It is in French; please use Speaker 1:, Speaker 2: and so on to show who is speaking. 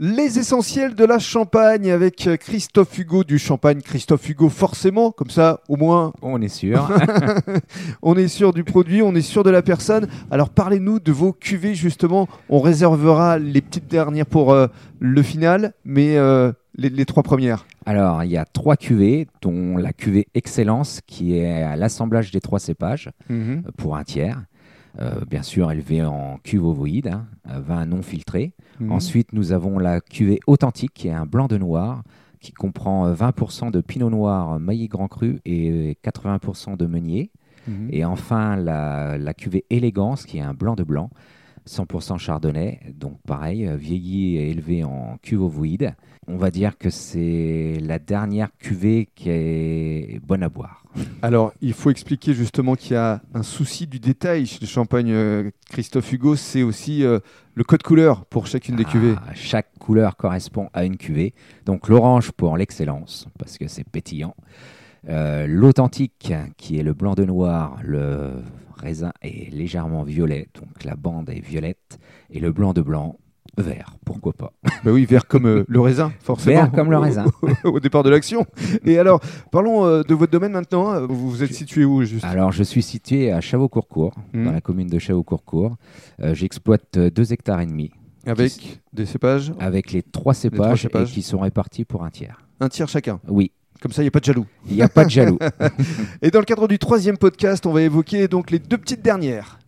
Speaker 1: Les essentiels de la Champagne avec Christophe Hugo du Champagne. Christophe Hugo, forcément, comme ça, au moins,
Speaker 2: On est sûr.
Speaker 1: on est sûr du produit, on est sûr de la personne. Alors, parlez-nous de vos cuvées, justement. On réservera les petites dernières pour euh, le final, mais euh, les, les trois premières.
Speaker 2: Alors, il y a trois cuvées, dont la cuvée Excellence, qui est à l'assemblage des trois cépages,
Speaker 1: Mm-hmm.
Speaker 2: euh, pour un tiers. Euh, bien sûr, élevée en cuve ovoïde, hein, euh, vin non filtré.
Speaker 1: Mhm.
Speaker 2: Ensuite, nous avons la cuvée authentique, qui est un blanc de noir, qui comprend euh, 20% de pinot noir euh, mailly grand cru et 80% de meunier.
Speaker 1: Mhm.
Speaker 2: Et enfin, la, la cuvée élégance, qui est un blanc de blanc, 100% chardonnay, donc pareil, euh, vieilli et élevé en cuve ovoïde. On va dire que c'est la dernière cuvée qui est bonne à boire.
Speaker 1: Alors, il faut expliquer justement qu'il y a un souci du détail chez le champagne euh, Christophe Hugo, c'est aussi euh, le code couleur pour chacune des cuvées.
Speaker 2: Ah, chaque couleur correspond à une cuvée. Donc l'orange pour l'excellence, parce que c'est pétillant. Euh, L'authentique, qui est le blanc de noir, le raisin est légèrement violet, donc la bande est violette. Et le blanc de blanc, vert, pourquoi pas.
Speaker 1: Bah oui, vert comme euh, le raisin, forcément.
Speaker 2: Vert comme le raisin.
Speaker 1: Au départ de l'action. Et alors, parlons euh, de votre domaine maintenant. Vous vous êtes situé où juste
Speaker 2: Alors, je suis situé à Chavaux-Courcourt,
Speaker 1: Mhm.
Speaker 2: dans la commune de Chavaux-Courcourt. Euh, J'exploite 2 hectares et demi
Speaker 1: Avec des cépages,
Speaker 2: avec les trois cépages,
Speaker 1: trois
Speaker 2: et
Speaker 1: cépages.
Speaker 2: qui sont répartis pour un tiers.
Speaker 1: un tiers chacun.
Speaker 2: Oui,
Speaker 1: Comme ça, il n'y a pas de jaloux.
Speaker 2: il n'y a pas de jaloux.
Speaker 1: Et dans le cadre du troisième podcast, on va évoquer donc les deux petites dernières.